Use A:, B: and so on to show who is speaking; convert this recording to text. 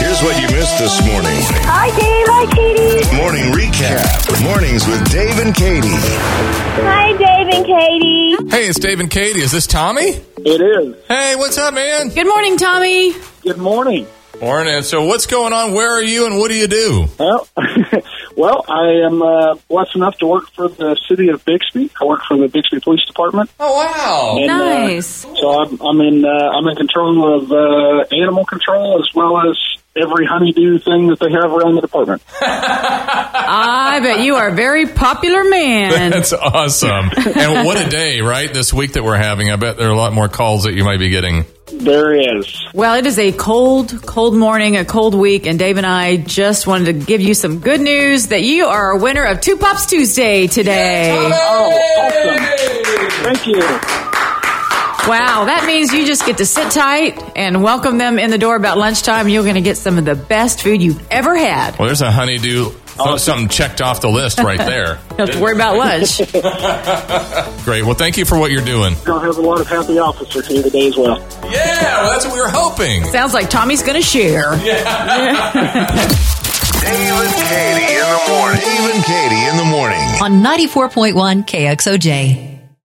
A: Here's what you missed this morning.
B: Hi, Dave. Hi, Katie.
A: Morning recap. Mornings with Dave and Katie.
B: Hi, Dave and Katie.
C: Hey, it's Dave and Katie. Is this Tommy?
D: It is.
C: Hey, what's up, man?
E: Good morning, Tommy.
D: Good morning.
C: Morning. So, what's going on? Where are you, and what do you do?
D: Well, well, I am uh, blessed enough to work for the city of Bixby. I work for the Bixby Police Department.
C: Oh, wow.
D: And, uh,
E: Nice.
D: so I'm, I'm in uh, I'm in control of uh, animal control as well as every honeydew thing that they have around the department.
E: I bet you are a very popular man.
C: That's awesome. and what a day, right? This week that we're having. I bet there are a lot more calls that you might be getting.
D: There is.
E: Well, it is a cold, cold morning, a cold week, and Dave and I just wanted to give you some good news that you are a winner of Two Pops Tuesday today.
D: Oh, awesome! Thank you.
E: Wow, that means you just get to sit tight and welcome them in the door about lunchtime. You're going to get some of the best food you've ever had.
C: Well, there's a honeydew. Something checked off the list right there.
E: You don't have to worry about lunch.
C: Great. Well, thank you for what you're doing.
D: Gonna have a lot of happy officers here today as well.
C: Yeah, well, that's what we were hoping.
E: Sounds like Tommy's going to share.
A: Dave and Katie in the morning. Dave and Katie in the morning.
F: on 94.1 KXOJ.